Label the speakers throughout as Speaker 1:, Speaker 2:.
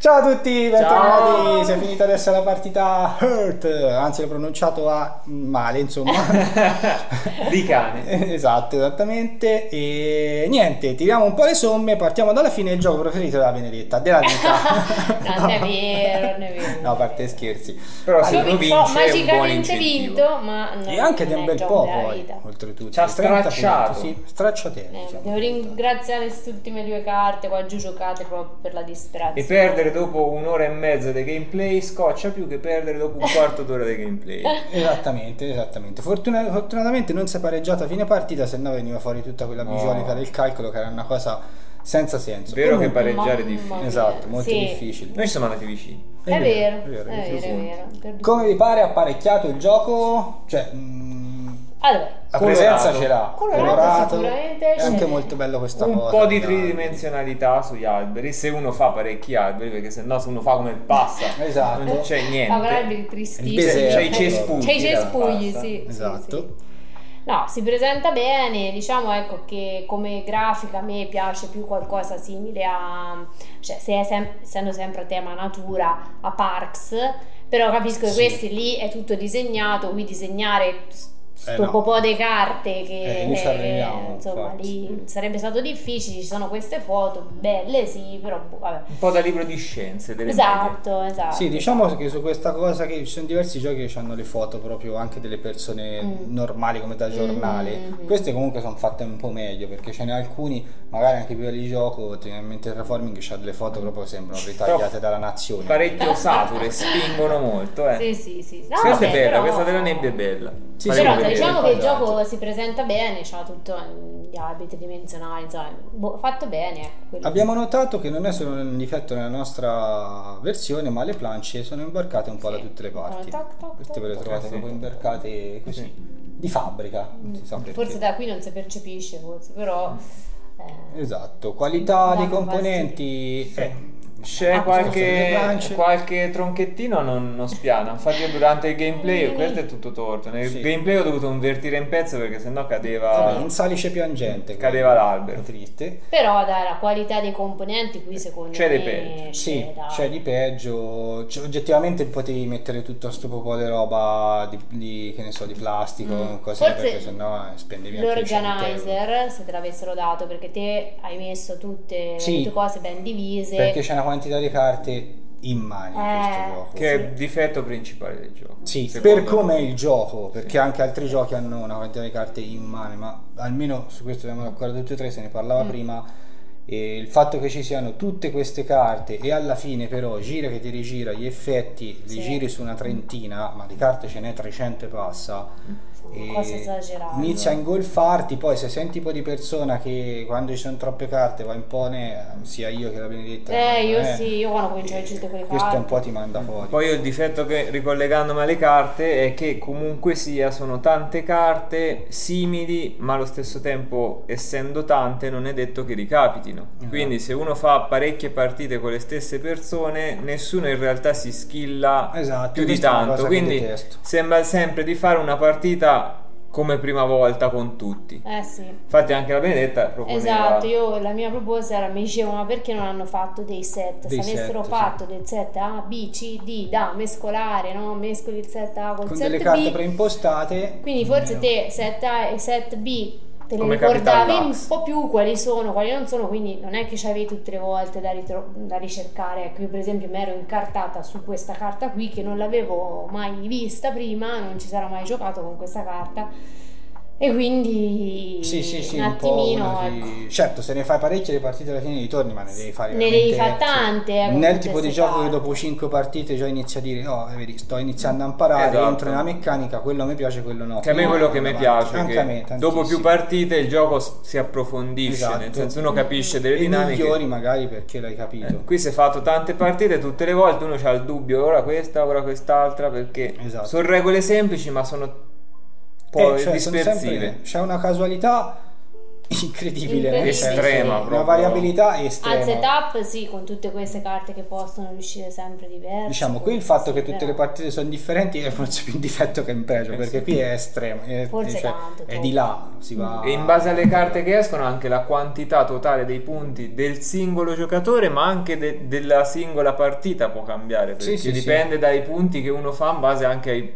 Speaker 1: Ciao a tutti, bentornati. Si è finita adesso la partita Hurt, anzi l'ho pronunciato a male, insomma.
Speaker 2: Di cane.
Speaker 1: esatto, esattamente. E niente, tiriamo un po' le somme, partiamo dalla fine, il gioco preferito della Benedetta, della vita.
Speaker 3: non è vero, non è vero.
Speaker 1: No, a parte scherzi.
Speaker 2: Però
Speaker 3: Io
Speaker 2: se
Speaker 3: vi
Speaker 2: lo vince
Speaker 3: ho
Speaker 2: è un buon
Speaker 3: magicamente
Speaker 2: incentivo.
Speaker 3: vinto, ma no,
Speaker 1: e anche di
Speaker 3: non
Speaker 1: un
Speaker 3: è
Speaker 1: bel
Speaker 3: gioco
Speaker 1: po'
Speaker 3: della
Speaker 1: poi,
Speaker 3: vita.
Speaker 1: oltretutto.
Speaker 2: Ci ha
Speaker 1: 30 punti,
Speaker 2: stracciato.
Speaker 1: Sì, stracciatelli.
Speaker 3: Eh,
Speaker 1: siamo
Speaker 3: devo
Speaker 1: diventati.
Speaker 3: ringraziare su ultime due carte, qua giù giocate proprio per la distrazione.
Speaker 2: E perdere dopo un'ora e mezza di gameplay scoccia più che perdere dopo un quarto d'ora di gameplay.
Speaker 1: Esattamente, esattamente. Fortuna- fortunatamente non si è pareggiata a fine partita, se no veniva fuori tutta quella
Speaker 2: No.
Speaker 1: visualità del calcolo che era una cosa senza senso.
Speaker 2: Vero che
Speaker 1: Comunque-
Speaker 2: pareggiare è
Speaker 3: Mamma
Speaker 2: difficile.
Speaker 3: mia.
Speaker 1: Esatto, molto
Speaker 3: Sì.
Speaker 1: difficile.
Speaker 2: Noi siamo andati vicini.
Speaker 3: È vero, è vero,
Speaker 1: è
Speaker 3: è
Speaker 1: vero.
Speaker 3: vero. Per-
Speaker 1: Come vi pare apparecchiato il gioco? Cioè, mh,
Speaker 3: Allora,
Speaker 1: la
Speaker 2: Colorato.
Speaker 1: presenza ce l'ha.
Speaker 3: Colorato sicuramente
Speaker 1: È anche
Speaker 3: c'è.
Speaker 1: molto bello questa
Speaker 2: Un
Speaker 1: cosa.
Speaker 2: po' di
Speaker 1: dai.
Speaker 2: tridimensionalità sugli alberi, se uno fa parecchi alberi, perché se no se uno fa come passa,
Speaker 1: Esatto.
Speaker 2: non c'è
Speaker 3: a guardare
Speaker 2: niente.
Speaker 3: il
Speaker 1: Deserto.
Speaker 3: Ah, tristissimo.
Speaker 2: C'è i cespugli.
Speaker 3: C'è i
Speaker 2: dalla
Speaker 3: cespugli,
Speaker 2: pasta.
Speaker 3: sì. sì,
Speaker 1: Esatto.
Speaker 3: sì. No, si presenta bene, diciamo ecco che come grafica a me piace più qualcosa simile a, cioè se è sem- essendo sempre a tema natura, a Parks, però capisco che
Speaker 1: Sì.
Speaker 3: questi lì è tutto disegnato, qui disegnare s-
Speaker 1: Eh,
Speaker 3: sto
Speaker 1: no.
Speaker 3: popò di carte che
Speaker 1: Eh, lì ci arriviamo,
Speaker 3: insomma
Speaker 1: infatti.
Speaker 3: lì sarebbe stato difficile, ci sono queste foto belle sì, però boh, vabbè.
Speaker 2: Un po' da libro di scienze. Delle medie.
Speaker 3: Esatto, esatto.
Speaker 1: Sì, diciamo che su questa cosa che ci sono diversi giochi che hanno le foto proprio anche delle persone
Speaker 3: Mm.
Speaker 1: normali come da giornale.
Speaker 3: Mm.
Speaker 1: Queste comunque sono fatte un po' meglio perché ce ne alcuni, magari anche più di gioco, tenendo in mente Terraforming, c'ha delle foto proprio che sembrano ritagliate dalla nazione.
Speaker 2: Parecchio sature, spingono molto, eh.
Speaker 3: Sì, sì, sì. No,
Speaker 2: questa è
Speaker 3: vabbè,
Speaker 2: bella,
Speaker 3: però-
Speaker 2: questa della nebbia è bella.
Speaker 1: Sì,
Speaker 2: Faremo
Speaker 3: Però
Speaker 1: vedere
Speaker 3: diciamo
Speaker 1: il
Speaker 3: che il
Speaker 1: quadrato.
Speaker 3: gioco si presenta bene, c'ha tutto mm, gli abiti dimensionali, insomma, boh, fatto bene. ecco, quello.
Speaker 1: Abbiamo notato che non è solo un difetto nella nostra versione, ma le planche sono imbarcate un po'
Speaker 3: Sì.
Speaker 1: da tutte le parti.
Speaker 3: Toc, toc, toc,
Speaker 1: Queste ve le
Speaker 2: toc.
Speaker 1: trovate
Speaker 2: Eh sì.
Speaker 1: proprio imbarcate così,
Speaker 2: Sì.
Speaker 1: di fabbrica, non si sa perché.
Speaker 3: Mm. Forse da qui non si percepisce, forse, però... eh,
Speaker 1: Esatto, qualità dei
Speaker 3: Danno
Speaker 1: componenti... eh,
Speaker 2: C'è
Speaker 3: Ah,
Speaker 1: queste sono le
Speaker 2: qualche,
Speaker 1: lance.
Speaker 2: qualche tronchettino non, non spiana. Infatti, io durante il gameplay, questo è tutto torto. Nel
Speaker 1: Sì.
Speaker 2: gameplay ho dovuto invertire in pezzo perché sennò
Speaker 1: Vabbè,
Speaker 2: cadeva.
Speaker 1: un salice piangente.
Speaker 2: Cadeva l'albero.
Speaker 1: È Triste.
Speaker 3: Però dai, la qualità dei componenti
Speaker 1: Eh,
Speaker 3: qui secondo
Speaker 2: C'è
Speaker 3: me...
Speaker 2: dei peggio.
Speaker 3: c'è,
Speaker 1: Sì,
Speaker 3: dai.
Speaker 1: c'è di peggio. Cioè, oggettivamente potevi mettere tutto sto po' di roba di, di- che ne so, di plastico,
Speaker 3: Mm.
Speaker 1: cose
Speaker 3: Forse
Speaker 1: perché sennò eh, spendevi anche
Speaker 3: L'organizer, se te l'avessero dato, perché te hai messo tutte le
Speaker 1: Sì.
Speaker 3: tue cose ben divise.
Speaker 1: Perché c'è una quantità di carte in mano in questo
Speaker 3: Eh,
Speaker 1: gioco.
Speaker 2: Che è
Speaker 3: Sì.
Speaker 2: il difetto principale del gioco.
Speaker 1: Sì,
Speaker 2: secondo
Speaker 1: per
Speaker 2: me.
Speaker 1: com'è il gioco, perché anche altri giochi hanno una quantità di carte in mano, ma almeno su questo siamo d'accordo tutti e tre, se ne parlava
Speaker 3: Mm.
Speaker 1: prima, e il fatto che ci siano tutte queste carte e alla fine però gira che ti rigira gli effetti, li
Speaker 3: Sì.
Speaker 1: giri su una trentina, ma di carte ce n'è 300 e passa,
Speaker 3: Una
Speaker 1: e
Speaker 3: cosa esagerata.
Speaker 1: inizia a ingolfarti, poi se sei un tipo di persona che quando ci sono troppe carte va in pone, sia io che la Benedetta.
Speaker 3: Eh, io
Speaker 1: eh,
Speaker 3: sì, io quando comincio a leggere tutte quelle
Speaker 1: Questo un
Speaker 3: carte.
Speaker 1: po' ti manda fuori.
Speaker 2: Poi io il difetto che ricollegandomi alle carte è che comunque sia sono tante carte simili, ma allo stesso tempo essendo tante non è detto che ricapitino.
Speaker 1: Esatto.
Speaker 2: Quindi se uno fa parecchie partite con le stesse persone, nessuno in realtà si schilla
Speaker 1: Esatto,
Speaker 2: più di
Speaker 1: questa è una
Speaker 2: tanto.
Speaker 1: cosa che
Speaker 2: Quindi
Speaker 1: detesto.
Speaker 2: sembra sempre di fare una partita come prima volta con tutti.
Speaker 3: Eh sì.
Speaker 2: Infatti anche la Benedetta proponeva
Speaker 3: Esatto, io la mia proposta era, mi dicevo, ma perché non hanno fatto dei set?
Speaker 1: Dei
Speaker 3: Se avessero
Speaker 1: set, sì.
Speaker 3: fatto del set A, B, C, D, da mescolare, no? Mescoli il set A col
Speaker 1: con
Speaker 3: set
Speaker 1: delle carte
Speaker 3: B.
Speaker 1: preimpostate.
Speaker 3: Quindi forse te set A e set B te ne
Speaker 2: Come
Speaker 3: ricordavi
Speaker 2: Capital
Speaker 3: un
Speaker 2: Lux.
Speaker 3: po' più quali sono, quali non sono, quindi non è che c'avevi tutte le volte da, ritro- da ricercare. Ecco, io per esempio mi ero incartata su questa carta qui che non l'avevo mai vista prima, non ci sarò mai giocato con questa carta. E quindi
Speaker 1: Sì, sì, sì,
Speaker 3: un
Speaker 1: un, po'
Speaker 3: attimino
Speaker 1: una
Speaker 3: ecco.
Speaker 1: di- Certo, se ne fai parecchie le partite alla fine ritorni, ma ne devi fare
Speaker 3: ne devi fare
Speaker 1: veramente-
Speaker 3: tante. eh, con
Speaker 1: Nel
Speaker 3: tutte
Speaker 1: tipo di
Speaker 3: ste
Speaker 1: gioco
Speaker 3: carte.
Speaker 1: che dopo 5 partite già inizi a dire oh, eh, vedi, sto iniziando a imparare,
Speaker 2: Esatto.
Speaker 1: entro nella meccanica, quello mi piace, quello no.
Speaker 2: Che Cioè, a me
Speaker 1: Quindi
Speaker 2: quello che mi
Speaker 1: avanti.
Speaker 2: piace è
Speaker 1: Anche
Speaker 2: che
Speaker 1: a me,
Speaker 2: dopo più
Speaker 1: tantissimo.
Speaker 2: partite il gioco s- si approfondisce,
Speaker 1: Esatto.
Speaker 2: nel senso uno capisce delle
Speaker 1: E
Speaker 2: dinamiche. Eh, Ecco.
Speaker 1: migliori magari perché l'hai capito.
Speaker 2: Qui si è fatto tante partite, tutte le volte uno ha il dubbio, ora questa, ora quest'altra, perché
Speaker 1: Esatto.
Speaker 2: sono regole semplici ma sono poi
Speaker 1: Eh, cioè, sono
Speaker 2: dispersive.
Speaker 1: sempre- c'è una casualità incredibile, nel senso,
Speaker 2: Estrema,
Speaker 1: una
Speaker 2: proprio.
Speaker 1: variabilità
Speaker 3: Al
Speaker 1: estrema.
Speaker 3: setup sì, con tutte queste carte che possono riuscire sempre diverse.
Speaker 1: Diciamo qui
Speaker 3: poi
Speaker 1: il fatto che
Speaker 3: sì,
Speaker 1: tutte
Speaker 3: però-
Speaker 1: le partite sono differenti è forse più un difetto che un pregio,
Speaker 2: Eh
Speaker 1: perché
Speaker 2: sì.
Speaker 1: qui è estremo, è,
Speaker 3: Forse
Speaker 1: cioè,
Speaker 3: tanto,
Speaker 1: è
Speaker 3: troppo.
Speaker 1: di là, si va...
Speaker 2: E in base alle carte che escono anche la quantità totale dei punti del singolo giocatore, ma anche de- della singola partita può cambiare,
Speaker 1: Sì,
Speaker 2: perché
Speaker 1: sì,
Speaker 2: dipende dai punti che uno fa in base anche ai,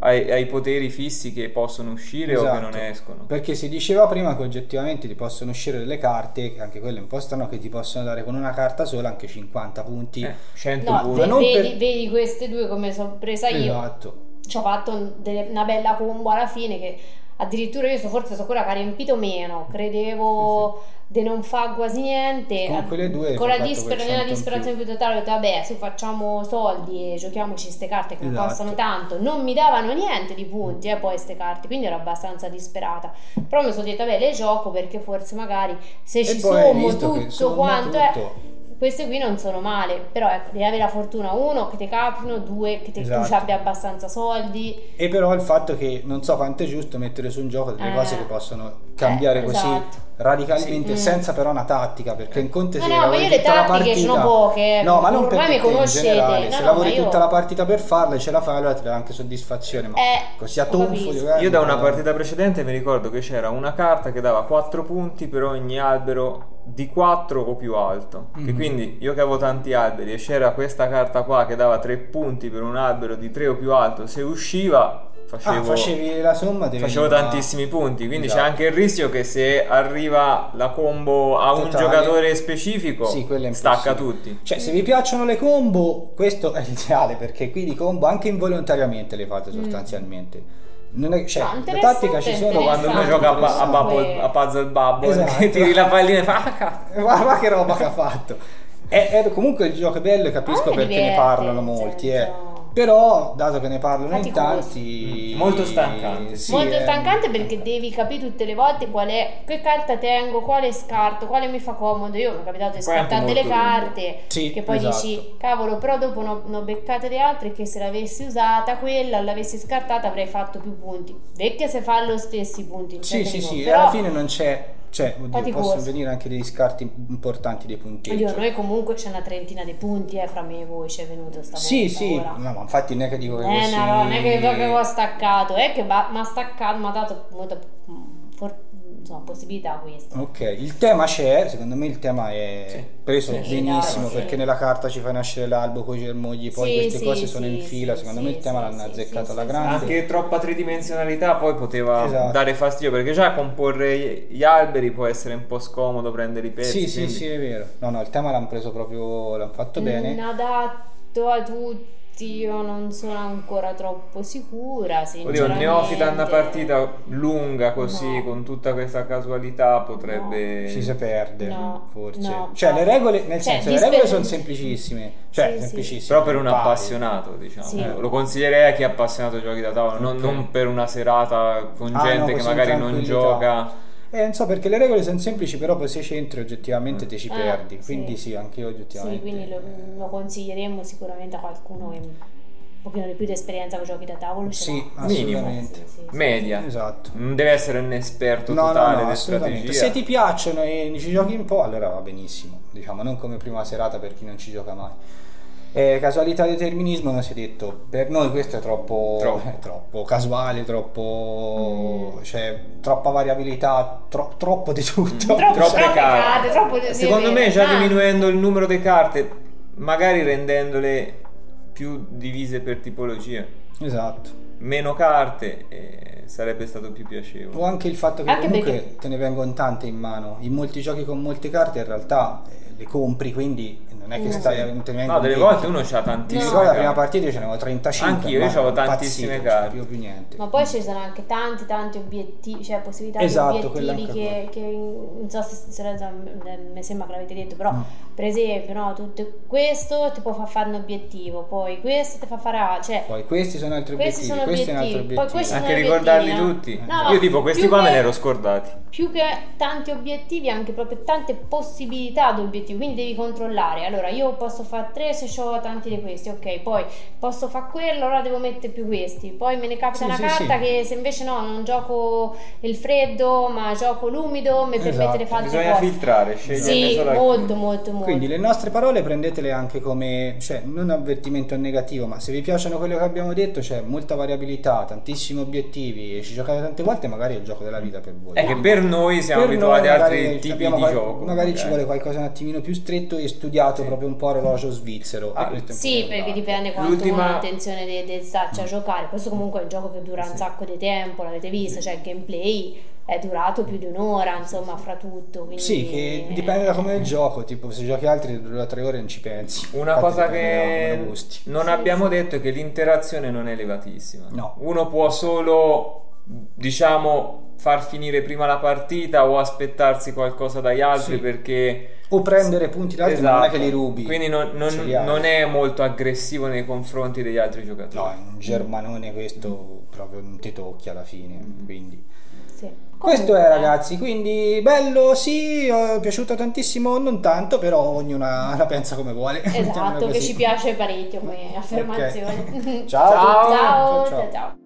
Speaker 2: ai- ai poteri fissi che possono uscire o che
Speaker 1: Esatto.
Speaker 2: non escono. Eh.
Speaker 1: Perché si diceva prima che oggettivamente ti possono uscire delle carte, che anche quelle un po' strano, che ti possono dare con una carta sola anche 50 punti.
Speaker 2: Eh, 100
Speaker 3: No,
Speaker 2: punti.
Speaker 1: Ma
Speaker 3: ve-
Speaker 1: non
Speaker 3: vedi,
Speaker 1: per-
Speaker 3: vedi queste due come sono presa io.
Speaker 1: Esatto.
Speaker 3: Ci ho fatto un- delle- una bella combo alla fine che addirittura io so, forse sono quella che ha riempito meno. Credevo di non fare quasi niente.
Speaker 1: Con quelle due
Speaker 3: Con
Speaker 1: hai
Speaker 3: la
Speaker 1: fatto
Speaker 3: disper-
Speaker 1: quel
Speaker 3: nella
Speaker 1: 100 in
Speaker 3: disperazione più totale ho detto vabbè su facciamo soldi e giochiamoci queste carte che
Speaker 1: Esatto.
Speaker 3: costano tanto. Non mi davano niente di punti eh, poi queste carte, quindi ero abbastanza disperata. Però mi sono detta vabbè le gioco perché forse magari se ci
Speaker 1: e poi hai
Speaker 3: sommo
Speaker 1: visto
Speaker 3: tutto
Speaker 1: che somma
Speaker 3: quanto eh, è
Speaker 1: tutto.
Speaker 3: queste qui non sono male, però ecco, devi avere la fortuna, uno, che ti capino, due, che te- tu
Speaker 1: Esatto.
Speaker 3: ci abbia abbastanza soldi.
Speaker 1: E però il fatto che non so quanto è giusto mettere su un gioco delle
Speaker 3: Eh.
Speaker 1: cose che possono cambiare
Speaker 3: Eh,
Speaker 1: così
Speaker 3: esatto.
Speaker 1: radicalmente,
Speaker 3: Sì. Mm.
Speaker 1: senza però una tattica,
Speaker 2: Eh.
Speaker 1: perché in Conte
Speaker 3: No,
Speaker 1: se
Speaker 3: no,
Speaker 1: lavori
Speaker 3: ma io le
Speaker 1: tutta la
Speaker 3: tattiche
Speaker 1: partita...
Speaker 3: sono poche, eh,
Speaker 1: No, ma non
Speaker 3: ormai
Speaker 1: per
Speaker 3: mi
Speaker 1: tutte in
Speaker 3: conoscete,
Speaker 1: generale,
Speaker 3: no,
Speaker 1: se
Speaker 3: no,
Speaker 1: lavori
Speaker 3: ma io-
Speaker 1: tutta la partita per farla e ce la fai, allora ti dà anche soddisfazione, ma
Speaker 3: Eh,
Speaker 1: così a
Speaker 3: lo
Speaker 1: tonfo
Speaker 3: capisco.
Speaker 1: di guerra,
Speaker 2: Io da una
Speaker 1: no.
Speaker 2: partita precedente mi ricordo che c'era una carta che dava 4 punti per ogni albero di 4 o più alto.
Speaker 1: Mhm.
Speaker 2: E quindi io che avevo tanti alberi e c'era questa carta qua che dava 3 punti per un albero di 3 o più alto, se usciva
Speaker 1: Ah,
Speaker 2: facevo,
Speaker 1: facevi la somma, ti
Speaker 2: facevo
Speaker 1: veniva-
Speaker 2: tantissimi punti. Quindi
Speaker 1: Esatto.
Speaker 2: c'è anche il rischio che se arriva la combo a un
Speaker 1: Totale.
Speaker 2: giocatore specifico,
Speaker 1: Sì, quello è
Speaker 2: stacca
Speaker 1: impossibile.
Speaker 2: tutti.
Speaker 1: Cioè, se vi piacciono le combo, questo è l'ideale perché qui di combo anche involontariamente le fate sostanzialmente. Non è, cioè,
Speaker 3: Ah,
Speaker 1: la
Speaker 3: Mm. interessante,
Speaker 1: tattica ci sono
Speaker 2: Quando uno
Speaker 3: Esatto,
Speaker 2: gioca a, ba- a
Speaker 3: interessante.
Speaker 2: Bubble- a Puzzle Bubble,
Speaker 1: Esatto.
Speaker 2: che tiri la pallina e fa "Ah, cazzo".
Speaker 1: Guarda che roba che ha fatto. È, è comunque il gioco è bello e capisco
Speaker 3: Ah, è
Speaker 1: perché ne
Speaker 3: divertente, certo.
Speaker 1: parlano
Speaker 3: nel
Speaker 1: molti.
Speaker 3: senso.
Speaker 1: eh. Però, dato che ne parlano in
Speaker 3: Faticoso.
Speaker 1: tanti,
Speaker 2: Mm, molto stancante.
Speaker 1: sì, eh.
Speaker 3: Molto
Speaker 1: è-
Speaker 3: stancante perché devi capire tutte le volte qual è, che carta tengo, quale scarto, quale mi fa comodo. Io mi è capitato di
Speaker 2: Poi è anche
Speaker 3: scartare delle
Speaker 2: molto lungo.
Speaker 3: carte
Speaker 1: Sì,
Speaker 3: che poi
Speaker 1: esatto.
Speaker 3: dici cavolo, però dopo ne ho, ne ho beccate le altre che se l'avessi usata quella, l'avessi scartata avrei fatto più punti. Vecchia se fa lo stessi punti. in
Speaker 1: Sì,
Speaker 3: certi
Speaker 1: sì, sì,
Speaker 3: modi,
Speaker 1: e
Speaker 3: però-
Speaker 1: alla fine non c'è. Cioè, oddio,
Speaker 3: Faticoso.
Speaker 1: possono venire anche degli scarti importanti dei punteggi.
Speaker 3: Oddio, noi comunque c'è una trentina di punti eh, fra me e voi, ci è venuto stavolta.
Speaker 1: Sì, sì,
Speaker 3: ora.
Speaker 1: no, ma infatti non è che dico che
Speaker 3: Eh,
Speaker 1: così-
Speaker 3: no, no, non è che proprio ho staccato, è che mi ha staccato, mi ha dato molta mm, for- insomma, possibilità a questo.
Speaker 1: Ok, il tema c'è, secondo me il tema è
Speaker 2: Sì.
Speaker 1: preso
Speaker 2: Sì,
Speaker 3: sì,
Speaker 1: benissimo
Speaker 3: sì.
Speaker 1: perché nella carta ci fai nascere l'albo con i germogli, poi
Speaker 3: Sì,
Speaker 1: queste
Speaker 3: sì,
Speaker 1: cose sono
Speaker 3: sì,
Speaker 1: in fila,
Speaker 3: sì,
Speaker 1: secondo
Speaker 3: sì,
Speaker 1: me il tema
Speaker 3: sì,
Speaker 1: l'hanno
Speaker 3: sì,
Speaker 1: azzeccato
Speaker 3: sì,
Speaker 1: alla
Speaker 3: sì,
Speaker 1: grande.
Speaker 2: Anche troppa tridimensionalità poi poteva
Speaker 1: Esatto.
Speaker 2: dare fastidio perché già comporre gli alberi può essere un po' scomodo prendere i pezzi.
Speaker 1: Sì, sì,
Speaker 2: quindi-
Speaker 1: sì, è vero. No, no, il tema l'hanno preso proprio, l'hanno fatto bene.
Speaker 3: Mm, adatto a tutti, io non sono ancora troppo sicura,
Speaker 2: Oddio, un
Speaker 3: sinceramente.
Speaker 2: neofita in una partita lunga così,
Speaker 3: No.
Speaker 2: con tutta questa casualità, potrebbe...
Speaker 1: Ci si perde,
Speaker 3: No,
Speaker 1: forse.
Speaker 3: no,
Speaker 1: cioè, le
Speaker 3: infatti.
Speaker 1: regole, nel
Speaker 3: Cioè,
Speaker 1: senso, le
Speaker 3: disper-
Speaker 1: regole sono semplicissime. Cioè,
Speaker 3: Sì, sì.
Speaker 1: semplicissime.
Speaker 2: Però per un
Speaker 1: impari.
Speaker 2: appassionato, diciamo.
Speaker 3: Sì.
Speaker 2: Lo consiglierei a chi è appassionato ai giochi da tavola, non,
Speaker 1: Ok.
Speaker 2: non per una serata con
Speaker 1: Ah, no,
Speaker 2: gente che
Speaker 1: così in
Speaker 2: magari non
Speaker 1: tranquillità.
Speaker 2: gioca.
Speaker 1: Eh, non so, perché le regole sono semplici, però poi se ci entri oggettivamente te ci
Speaker 3: Ah,
Speaker 1: perdi.
Speaker 3: sì.
Speaker 1: Quindi sì, anche io oggettivamente.
Speaker 3: Sì, quindi lo, lo consiglieremo sicuramente a qualcuno che un pochino di più di esperienza con giochi da tavolo. ce
Speaker 1: Sì,
Speaker 3: l'ha.
Speaker 2: Minimo.
Speaker 1: assolutamente.
Speaker 3: Sì, sì, sì.
Speaker 2: Media.
Speaker 1: Esatto.
Speaker 2: Non deve essere un esperto
Speaker 1: No, no,
Speaker 2: totale
Speaker 1: no,
Speaker 2: di
Speaker 1: assolutamente.
Speaker 2: strategia.
Speaker 1: Se ti piacciono e ci giochi un po', allora va benissimo. Diciamo, non come prima serata per chi non ci gioca mai. Eh, casualità e determinismo, non si è detto. Per noi questo è troppo,
Speaker 2: Troppo.
Speaker 1: è troppo casuale, troppo.
Speaker 3: Mm.
Speaker 1: cioè, troppa variabilità, tro- troppo di tutto.
Speaker 3: Mm, Troppo,
Speaker 2: Troppe
Speaker 3: troppe
Speaker 2: carte.
Speaker 3: carte, troppo di-
Speaker 2: Secondo
Speaker 3: di-
Speaker 2: me già
Speaker 3: ah.
Speaker 2: diminuendo il numero di carte, magari rendendole più divise per tipologia,
Speaker 1: Esatto.
Speaker 2: meno carte, eh, sarebbe stato più piacevole.
Speaker 1: O anche il fatto che
Speaker 3: Anche
Speaker 1: comunque
Speaker 3: perché-
Speaker 1: te ne vengono tante in mano. In molti giochi con molte carte, in realtà eh, le compri, quindi non è che
Speaker 3: Mm.
Speaker 1: stai. te ne
Speaker 2: No,
Speaker 1: vengono
Speaker 2: delle
Speaker 1: 20.
Speaker 2: volte uno c'ha
Speaker 1: Ti
Speaker 3: No.
Speaker 2: tantissime
Speaker 1: ricordo la prima
Speaker 2: carte.
Speaker 1: partita io ce n'avevo 35.
Speaker 2: Anch'io, io
Speaker 1: ma
Speaker 2: c'avevo
Speaker 1: impazzito,
Speaker 2: tantissime
Speaker 1: non
Speaker 2: carte.
Speaker 1: c'avevo più niente.
Speaker 3: Ma poi ci sono anche tanti tanti obiettivi, cioè possibilità
Speaker 1: Esatto,
Speaker 3: di
Speaker 1: quella è
Speaker 3: obiettivi
Speaker 1: anche
Speaker 3: che, che non so se, se la- eh, mi sembra che l'avete detto, però
Speaker 1: Mm.
Speaker 3: per esempio, no, tutto questo ti può far fare un obiettivo, poi questo ti fa fare, ah, cioè
Speaker 1: Poi questi sono altri
Speaker 3: Questi
Speaker 1: obiettivi,
Speaker 3: sono
Speaker 1: questo è un altro obiettivo.
Speaker 3: obiettivi, poi questo-
Speaker 2: Anche
Speaker 3: sono
Speaker 2: ricordarli
Speaker 3: obiettivi,
Speaker 2: tutti.
Speaker 3: no? No,
Speaker 2: Io tipo questi
Speaker 3: più
Speaker 2: qua me
Speaker 3: che-
Speaker 2: li ero scordati.
Speaker 3: più che tanti obiettivi anche proprio tante possibilità di obiettivi obiettivi, quindi devi controllare. Allora, io posso fare tre se ho tanti di questi, ok, poi posso fare quello, allora devo mettere più questi. Poi me ne capita
Speaker 1: Sì,
Speaker 3: una
Speaker 1: sì,
Speaker 3: carta
Speaker 1: sì.
Speaker 3: che se invece no, non gioco il freddo, ma gioco l'umido, mi permette di
Speaker 1: Esatto,
Speaker 3: fare altre
Speaker 2: Bisogna
Speaker 3: cose.
Speaker 2: filtrare,
Speaker 1: Cioè,
Speaker 2: scegliere
Speaker 3: Sì,
Speaker 2: solo
Speaker 3: molto, molto,
Speaker 2: alcune.
Speaker 3: molto.
Speaker 1: Quindi le nostre parole prendetele anche come, cioè non un avvertimento negativo, ma se vi piacciono quello che abbiamo detto c'è molta variabilità, tantissimi obiettivi e ci giocate tante volte magari è il gioco della vita per voi.
Speaker 2: È che per noi siamo
Speaker 1: Per
Speaker 2: abituati
Speaker 1: noi
Speaker 2: a
Speaker 1: magari
Speaker 2: altri tipi di
Speaker 1: abbiamo qual-
Speaker 2: gioco.
Speaker 1: Magari ci vuole qualcosa un attimino più stretto e studiato
Speaker 2: Sì.
Speaker 1: proprio un po' orologio svizzero.
Speaker 2: Ah,
Speaker 1: e questo è un
Speaker 3: Sì,
Speaker 1: po'
Speaker 3: perché
Speaker 1: importante.
Speaker 3: dipende quanto
Speaker 2: L'ultima-
Speaker 3: uno ha intenzione di, di starci a
Speaker 1: Mm.
Speaker 3: giocare. Questo comunque è un gioco che dura un
Speaker 2: Sì.
Speaker 3: sacco di tempo, l'avete visto, cioè il gameplay è durato più di un'ora, insomma, fra tutto. Quindi...
Speaker 1: Sì, che dipende da come è il gioco, tipo se giochi altri dura tre ore non ci pensi.
Speaker 2: Una
Speaker 1: Infatti
Speaker 2: cosa
Speaker 1: dipende da come
Speaker 2: che
Speaker 1: lo gusti.
Speaker 2: non
Speaker 3: Sì,
Speaker 2: abbiamo
Speaker 3: sì.
Speaker 2: detto è che l'interazione non è elevatissima.
Speaker 1: No.
Speaker 2: Uno può solo, diciamo, far finire prima la partita o aspettarsi qualcosa dagli altri
Speaker 1: Sì.
Speaker 2: perché...
Speaker 1: O prendere punti da altri non è che li rubi.
Speaker 2: Esatto. Quindi non, non-
Speaker 1: ce li hai.
Speaker 2: non è molto aggressivo nei confronti degli altri giocatori.
Speaker 1: No, è un germanone questo proprio non ti tocchi alla
Speaker 2: Mm.
Speaker 1: fine, quindi...
Speaker 3: Sì.
Speaker 1: Questo
Speaker 3: Comunque,
Speaker 1: è ragazzi, quindi bello sì, è piaciuto tantissimo, non tanto, però ognuna la pensa come vuole.
Speaker 3: Esatto,
Speaker 1: Mettiamola
Speaker 3: che
Speaker 1: così.
Speaker 3: ci piace parecchio come affermazione.
Speaker 1: Ciao a tutti.
Speaker 3: ciao,
Speaker 1: Ciao, ciao.
Speaker 3: ciao. ciao.